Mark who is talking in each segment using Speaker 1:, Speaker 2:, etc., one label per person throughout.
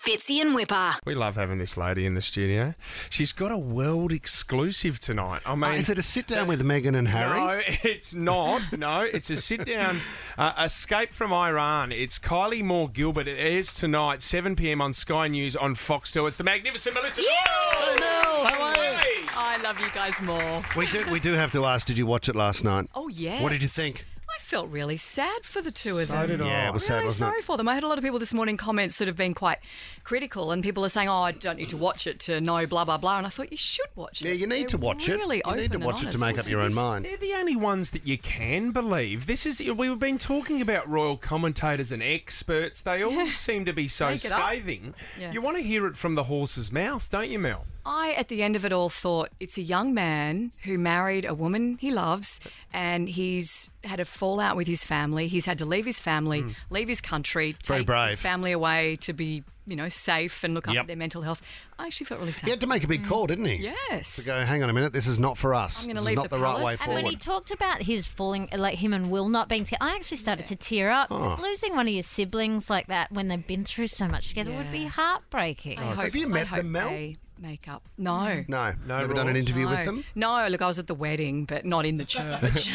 Speaker 1: Fitzy and Whipper.
Speaker 2: We love having this lady in the studio. She's got a world exclusive tonight. I mean,
Speaker 3: Is it a sit down with Meghan and Harry?
Speaker 2: No, it's not. No, it's a sit down uh, escape from Iran. It's Kylie Moore Gilbert. It airs tonight, 7 p.m. on Sky News on Foxtel. It's the magnificent Melissa. Hey,
Speaker 3: Mel, how are you?
Speaker 4: I love you guys more.
Speaker 3: We do. We do have to ask. Did you watch it last night?
Speaker 4: Oh yes.
Speaker 3: What did you think?
Speaker 4: I felt really sad for the two of them.
Speaker 3: Yeah, it was sad,
Speaker 4: really
Speaker 3: wasn't
Speaker 4: sorry
Speaker 3: it?
Speaker 4: for them. I had a lot of people this morning comments that have been quite critical, and people are saying, "Oh, I don't need to watch it to know blah blah blah." And I thought you should watch it.
Speaker 3: Yeah, you need
Speaker 4: They're
Speaker 3: to watch
Speaker 4: really
Speaker 3: it. You need to
Speaker 4: open and
Speaker 3: watch it to
Speaker 4: honest.
Speaker 3: make up your own mind.
Speaker 2: They're the only ones that you can believe. This is we've been talking about royal commentators and experts. They all seem to be so
Speaker 4: Make it up.
Speaker 2: scathing.
Speaker 4: Yeah.
Speaker 2: You want to hear it from the horse's mouth, don't you, Mel?
Speaker 4: I, at the end of it all, thought it's a young man who married a woman he loves and he's had a fallout with his family. He's had to leave his family, leave his country,
Speaker 3: Hmm. very
Speaker 4: take
Speaker 3: brave.
Speaker 4: his family away to be, you know, safe and look after
Speaker 3: Yep.
Speaker 4: their mental health. I actually felt really sad.
Speaker 3: He had to make a big call, didn't he?
Speaker 4: Yes.
Speaker 3: To go, hang on a minute, this is not for us.
Speaker 4: I'm gonna
Speaker 3: this is
Speaker 4: leave
Speaker 3: not the,
Speaker 4: the
Speaker 3: right way
Speaker 4: palace.
Speaker 5: And when he
Speaker 3: forward.
Speaker 5: talked about his falling, like him and Will not being together, I actually started to tear up. 'cause losing one of your siblings like that when they've been through so much together would be
Speaker 4: Yeah. Oh.
Speaker 5: heartbreaking.
Speaker 4: I hope,
Speaker 3: Have you
Speaker 4: I
Speaker 3: met
Speaker 4: hope
Speaker 3: them, Mel?
Speaker 4: They make up. No.
Speaker 3: No,
Speaker 2: No
Speaker 3: never done an
Speaker 2: rules.
Speaker 3: interview with
Speaker 4: No.
Speaker 3: them.
Speaker 4: No, look, I was at the wedding, but not in the church.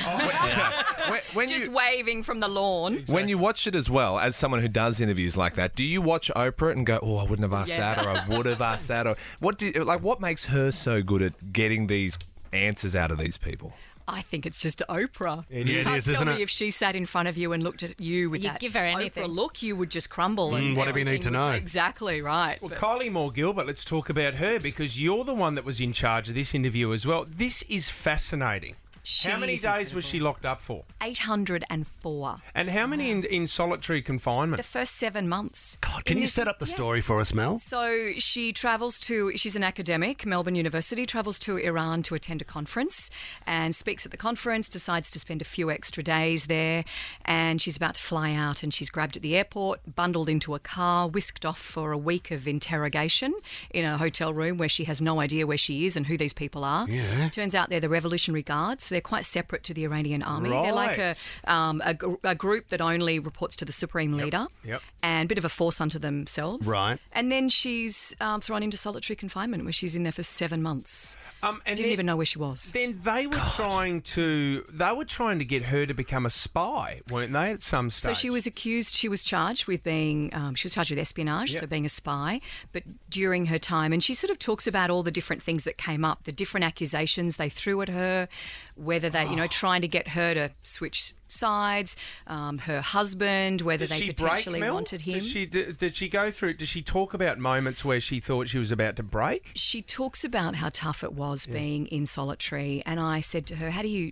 Speaker 6: When, when
Speaker 4: Just
Speaker 6: you,
Speaker 4: waving from the lawn.
Speaker 6: when you watch it as well, as someone who does interviews like that, do you watch Oprah and go, "Oh, I wouldn't have asked
Speaker 4: Yeah.
Speaker 6: that," or "I would have asked that," or what? Do, like, what makes her so good at getting these answers out of these people?
Speaker 4: I think it's just Oprah.
Speaker 3: is,
Speaker 4: you can't tell
Speaker 3: isn't
Speaker 4: me
Speaker 3: it?
Speaker 4: if she sat in front of you and looked at you with
Speaker 5: You'd
Speaker 4: that
Speaker 5: give her anything.
Speaker 4: Oprah look, you would just crumble.
Speaker 3: Mm,
Speaker 4: and
Speaker 3: whatever you need
Speaker 4: everything
Speaker 3: to
Speaker 4: would-
Speaker 3: know.
Speaker 4: Exactly right.
Speaker 2: Well,
Speaker 4: But
Speaker 2: Kylie Moore Gilbert, let's talk about her because you're the one that was in charge of this interview as well. This is fascinating.
Speaker 4: she
Speaker 2: How many
Speaker 4: is
Speaker 2: days was she locked up for?
Speaker 4: incredible. 804.
Speaker 2: And how many in, in solitary
Speaker 4: The
Speaker 2: confinement?
Speaker 4: first seven months.
Speaker 3: God, can you set up the story for us, Mel?
Speaker 4: So she travels to, she's an academic, Melbourne University, travels to Iran to attend a conference and speaks at the conference, decides to spend a few extra days there. And she's about to fly out and she's grabbed at the airport, bundled into a car, whisked off for a week of interrogation in a hotel room where she has no idea where she is and who these people are.
Speaker 3: Yeah.
Speaker 4: Turns out they're the Revolutionary Guards. They're quite separate to the Iranian army. They're like a, um, a, gr- a group that only reports to the supreme leader
Speaker 2: Yep.
Speaker 4: and a bit of a force unto themselves.
Speaker 3: Right.
Speaker 4: And then she's um, thrown into solitary confinement where she's in there for seven months.
Speaker 2: Um, and
Speaker 4: Didn't
Speaker 2: then-
Speaker 4: even know where she was.
Speaker 2: Then they were trying to they were trying to get her to become a spy, weren't they? At some
Speaker 4: So
Speaker 2: stage,
Speaker 4: she was accused, she was charged with being, um, she was charged with espionage, so being a spy. But during her time, and she sort of talks about all the different things that came up, the different accusations they threw at her, whether they, you
Speaker 2: Oh.
Speaker 4: know, trying to get her to switch sides, um, her husband, whether
Speaker 2: Did
Speaker 4: they
Speaker 2: she break,
Speaker 4: potentially
Speaker 2: Mel?
Speaker 4: wanted him.
Speaker 2: Did she did, did she go through? Did she talk about moments where she thought she was about to break?
Speaker 4: she talks about how tough it was being in solitary and i said to her how do you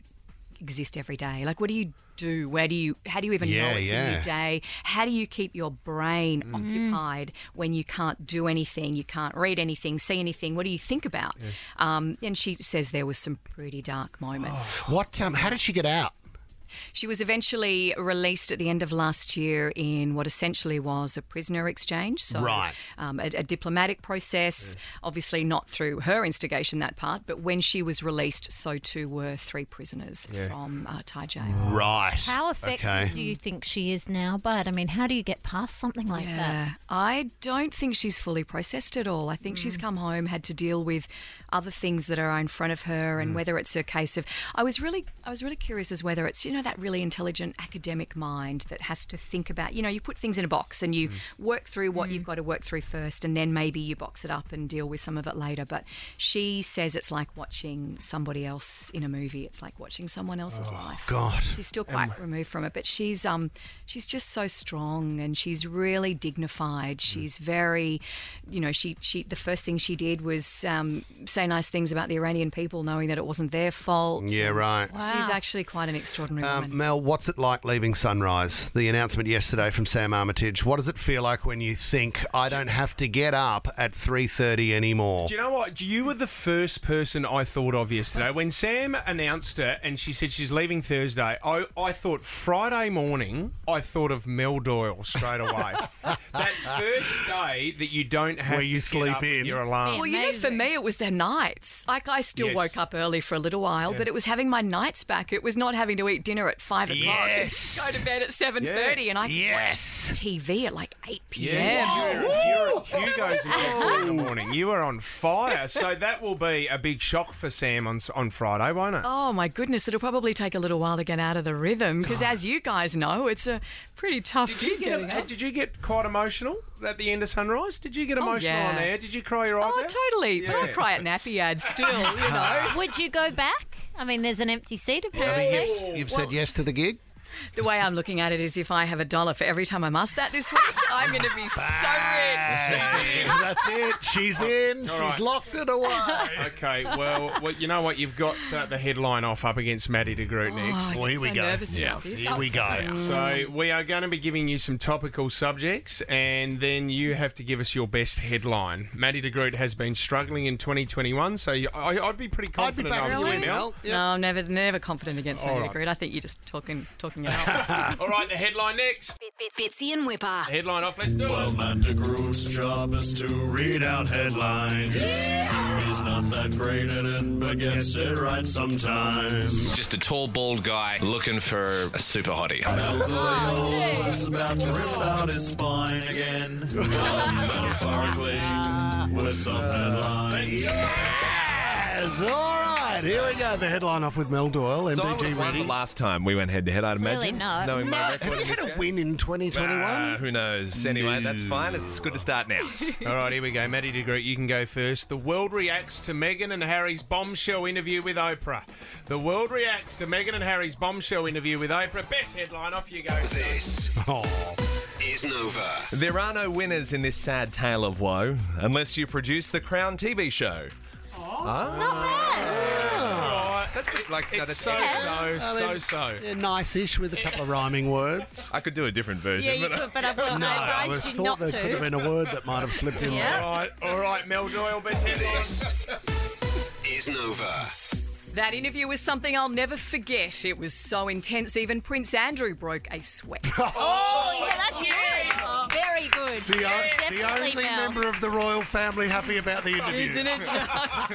Speaker 4: exist every day like what do you do where do you how do you even
Speaker 3: Yeah,
Speaker 4: know it's a
Speaker 3: yeah. Mm.
Speaker 4: new day how do you keep your brain occupied when you can't do anything you can't read anything see anything what do you think about um, and she says there was some pretty dark moments
Speaker 3: What? Um, how did she get out?
Speaker 4: she was eventually released at the end of last year in what essentially was a prisoner exchange. So,
Speaker 3: Right.
Speaker 4: um, a, a diplomatic process, obviously not through her instigation, that part, but when she was released, so too were three prisoners from uh, Thai jail.
Speaker 3: Right.
Speaker 5: How affected
Speaker 3: Okay.
Speaker 5: do you think she is now by it? I mean, how do you get past something like that?
Speaker 4: Yeah, I don't think she's fully processed at all. I think
Speaker 5: Mm.
Speaker 4: she's come home, had to deal with other things that are in front of her,
Speaker 5: Mm.
Speaker 4: and whether it's a case of I was really, I was really curious as whether it's you know that really intelligent academic mind that has to think about you know you put things in a box and
Speaker 5: Mm.
Speaker 4: you work through what you've got to work through first, and then maybe you box it up and deal with some of it later. But she says it's like watching somebody else in a movie. It's like watching someone else's
Speaker 5: Oh,
Speaker 4: life.
Speaker 3: God.
Speaker 4: She's still quite removed from it, but she's um she's just so strong and she's really
Speaker 3: Mm.
Speaker 4: dignified. She's very, you know, she she the first thing she did was um, say nice things about the Iranian people, knowing that it wasn't their fault.
Speaker 3: Yeah. Right.
Speaker 4: She's actually quite an extraordinary
Speaker 3: Um,
Speaker 4: woman.
Speaker 3: Mel, what's it like leaving Sunrise? The announcement yesterday from Sam Armitage. What does it feel like when you think I don't have to get up at three thirty anymore?
Speaker 2: Do you know what? You were the first person I thought of yesterday. When Sam announced it and she said she's leaving Thursday, I, I thought Friday morning, I thought of Mel Doyle straight away. that first day that you don't have
Speaker 3: Where you
Speaker 2: to get
Speaker 3: sleep
Speaker 2: up
Speaker 3: in.
Speaker 2: with your alarm.
Speaker 4: Well, you know, for
Speaker 5: Amazing.
Speaker 4: me, it was their nights. Like, I still
Speaker 2: Yes.
Speaker 4: woke up early for a little while, but it was having my nights back. It was not having to eat dinner at five o'clock and
Speaker 3: Yes.
Speaker 4: go to bed at seven thirty, and I could
Speaker 3: Yes.
Speaker 4: watch TV at like eight p.m.
Speaker 2: Yeah, you're, you're a videos and texts in the morning. You are on fire. So that will be a big shock for Sam on s- on Friday, won't it?
Speaker 4: Oh my goodness, it'll probably take a little while to get out of the rhythm because, as you guys know, it's a pretty tough
Speaker 2: Did
Speaker 4: gig
Speaker 2: you get
Speaker 4: getting
Speaker 2: uh,
Speaker 4: up.
Speaker 2: Did you get quite emotional at the end of Sunrise? Did you get emotional
Speaker 4: yeah.
Speaker 2: on air? Did you cry your eyes
Speaker 4: Oh,
Speaker 2: out?
Speaker 4: totally. But I
Speaker 2: Yeah.
Speaker 4: cry at nappy ads still, you know.
Speaker 5: Would you go back? I mean, there's an empty seat apparently.
Speaker 3: You've, you've said yes to the gig.
Speaker 4: the way I'm looking at it is if I have a dollar for every time I'm asked that this week, I'm going to be so rich.
Speaker 3: That's it. She's in. She's
Speaker 2: right.
Speaker 3: locked it away.
Speaker 2: Okay, well, well, you know what? You've got uh, the headline off up against Maddie de Groot next.
Speaker 4: Oh, I
Speaker 3: Well, here
Speaker 4: get
Speaker 3: we
Speaker 4: so
Speaker 3: go.
Speaker 4: nervous about
Speaker 2: Yeah.
Speaker 4: this.
Speaker 3: Here we go.
Speaker 2: So we are going to be giving you some topical subjects, and then you have to give us your best headline. Maddie de Groot has been struggling in 2021, so you- I, I'd be pretty
Speaker 3: I'd be
Speaker 2: confident
Speaker 3: back
Speaker 2: of
Speaker 3: to
Speaker 2: you,
Speaker 3: you,
Speaker 2: Mel.
Speaker 3: Mel. Yeah.
Speaker 4: No, I'm never, never confident against Maddie
Speaker 2: right.
Speaker 4: right. I think you're just talking, talking it out.
Speaker 2: All right, the headline next.
Speaker 1: Fitzy and Whipper.
Speaker 2: Headline off. Let's do
Speaker 7: Well,
Speaker 2: it.
Speaker 7: Matt DeGroot's job is to read out headlines. He's not that great at it, but gets it right sometimes.
Speaker 8: Just a tall, bald guy looking for a super hottie.
Speaker 7: Elderly is about to rip out his spine again. Well, metaphorically, with some headlines.
Speaker 3: Yes. All right. Here we go. The headline off with Mel Doyle,
Speaker 6: So I would
Speaker 3: MBG
Speaker 6: have won the
Speaker 3: reading.
Speaker 6: last time we went head to head, I'd imagine.
Speaker 5: Clearly not.
Speaker 6: Knowing my
Speaker 5: No.
Speaker 6: record
Speaker 3: Have
Speaker 6: in
Speaker 3: you
Speaker 6: this
Speaker 3: had a
Speaker 6: game.
Speaker 3: win in 2021?
Speaker 6: Ah, who knows? Anyway, that's fine. It's good to start now.
Speaker 2: All right, here we go. Maddie de Groot, you can go first. The world reacts to Meghan and Harry's bombshell interview with Oprah. The world reacts to Meghan and Harry's bombshell interview with Oprah. Best headline off you go.
Speaker 8: This
Speaker 3: Oh.
Speaker 8: is Nova.
Speaker 6: there are no winners in this sad tale of woe unless you produce the Crown TV show.
Speaker 5: Not bad.
Speaker 6: That's good. Like, no,
Speaker 2: It's
Speaker 6: that's
Speaker 2: so, so,
Speaker 3: I
Speaker 2: so,
Speaker 3: mean,
Speaker 2: so.
Speaker 3: yeah, nice-ish with a couple of rhyming words.
Speaker 6: I could do a different version,
Speaker 5: Yeah, you
Speaker 6: but uh,
Speaker 5: could, but I wouldn't. I
Speaker 3: I
Speaker 5: advised you
Speaker 3: thought
Speaker 5: not
Speaker 3: there could have
Speaker 5: to.
Speaker 3: been a word that might have slipped in.
Speaker 5: Yeah.
Speaker 2: All right, all right, Mel Doyle, best headline.
Speaker 8: This is Nova.
Speaker 4: that interview was something I'll never forget. It was so intense, even Prince Andrew broke a sweat.
Speaker 5: Oh, yeah, that's good. Very good.
Speaker 3: The, o- the
Speaker 5: Definitely
Speaker 3: only
Speaker 5: Mel.
Speaker 3: member of the royal family happy about the interview.
Speaker 4: Isn't it just?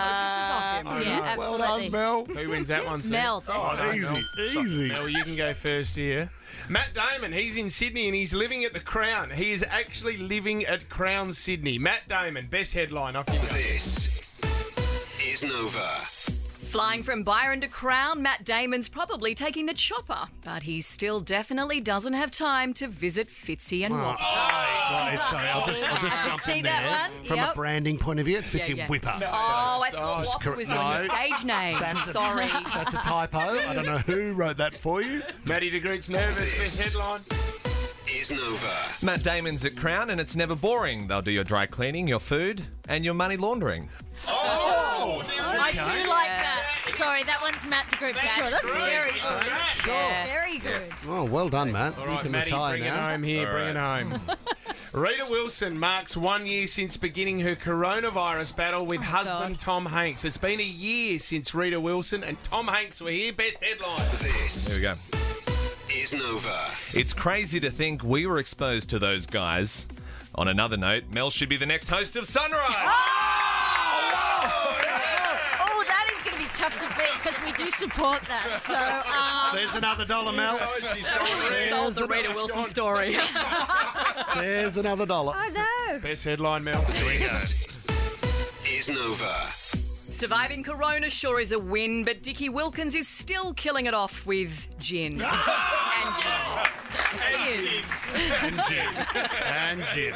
Speaker 5: Yeah,
Speaker 3: Well
Speaker 5: absolutely.
Speaker 3: done, Mel.
Speaker 2: Who wins that one? Sue?
Speaker 5: Mel,
Speaker 2: Oh, no,
Speaker 3: Easy,
Speaker 2: Mel.
Speaker 3: easy.
Speaker 2: Mel, you can go first here. Matt Damon, he's in Sydney and he's living at the Crown. He is actually living at Crown Sydney. Matt Damon, best headline off you go.
Speaker 8: This is Nova.
Speaker 4: Flying from Byron to Crown, Matt Damon's probably taking the chopper, but he still definitely doesn't have time to visit Fitzy and Whopper.
Speaker 3: Right, sorry, I'll just, I'll just
Speaker 5: I could
Speaker 3: jump
Speaker 5: see
Speaker 3: in
Speaker 5: that
Speaker 3: there.
Speaker 5: one,
Speaker 3: From a
Speaker 5: yep.
Speaker 3: branding point of view, it's Fitzy
Speaker 4: yeah.
Speaker 3: Whipper.
Speaker 4: Oh, I thought Whopper
Speaker 3: correct.
Speaker 4: was on your
Speaker 3: No.
Speaker 4: stage name.
Speaker 3: That's-
Speaker 4: Sorry.
Speaker 3: That's a typo. I don't know who wrote that for you.
Speaker 2: Maddie de Groot's nervous, best headline.
Speaker 8: Is Nova.
Speaker 6: Matt Damon's at Crown, and it's never boring. They'll do your dry cleaning, your food, and your money laundering.
Speaker 5: I do like that. Sorry, that one's Matt to group
Speaker 2: That's
Speaker 5: That's
Speaker 2: great.
Speaker 5: very
Speaker 2: All
Speaker 5: good.
Speaker 2: right.
Speaker 5: Yeah, Very good.
Speaker 3: Oh, well done, Matt.
Speaker 2: All
Speaker 3: you
Speaker 2: right,
Speaker 3: can
Speaker 2: Maddie,
Speaker 3: retire
Speaker 2: bring it
Speaker 3: now.
Speaker 2: home here. bring it home. Rita Wilson marks one year since beginning her coronavirus battle with husband Tom Hanks. It's been a year since Rita Wilson and Tom Hanks were here. Best headline.
Speaker 6: There
Speaker 8: This
Speaker 6: we go.
Speaker 8: is Nova.
Speaker 6: It's crazy to think we were exposed to those guys. On another note, Mel should be the next host of Sunrise.
Speaker 5: Oh, that is going to be tough to beat because we do support that. So, um,
Speaker 3: There's another dollar, Mel.
Speaker 2: Oh, she's gone red.
Speaker 4: Sold the Rita Wilson story.
Speaker 3: There's another dollar.
Speaker 4: Oh,
Speaker 2: Best headline, Mel.
Speaker 8: This is Nova.
Speaker 4: Surviving Corona sure is a win, but Dickie Wilkins is still killing it off with gin. and gin.
Speaker 3: And Jim.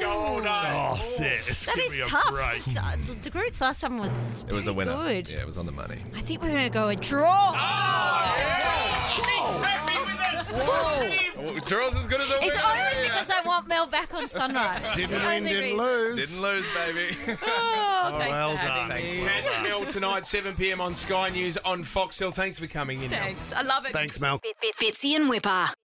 Speaker 3: Oh, sis.
Speaker 5: that
Speaker 3: give
Speaker 5: is
Speaker 3: me a
Speaker 5: tough.
Speaker 3: break.
Speaker 5: Because, uh, De Groot's last time was
Speaker 6: It was a winner.
Speaker 5: good.
Speaker 6: Yeah, it was on the money.
Speaker 5: I think we're going to go a draw.
Speaker 3: Oh,
Speaker 6: Well, Gerald's as good as a
Speaker 5: It's only because I want Mel back on Sunrise. It's the
Speaker 3: Didn't win,
Speaker 5: only
Speaker 3: didn't
Speaker 5: reason.
Speaker 3: lose.
Speaker 6: Didn't lose, baby.
Speaker 4: Oh, thanks
Speaker 3: well
Speaker 4: for having
Speaker 3: done.
Speaker 4: me.
Speaker 2: Catch Mel tonight, 7 p.m. on Sky News on Foxtel. Thanks for coming in. Mel.
Speaker 4: Thanks. I love it.
Speaker 3: Thanks, Mel.
Speaker 1: Fitzy and Whipper.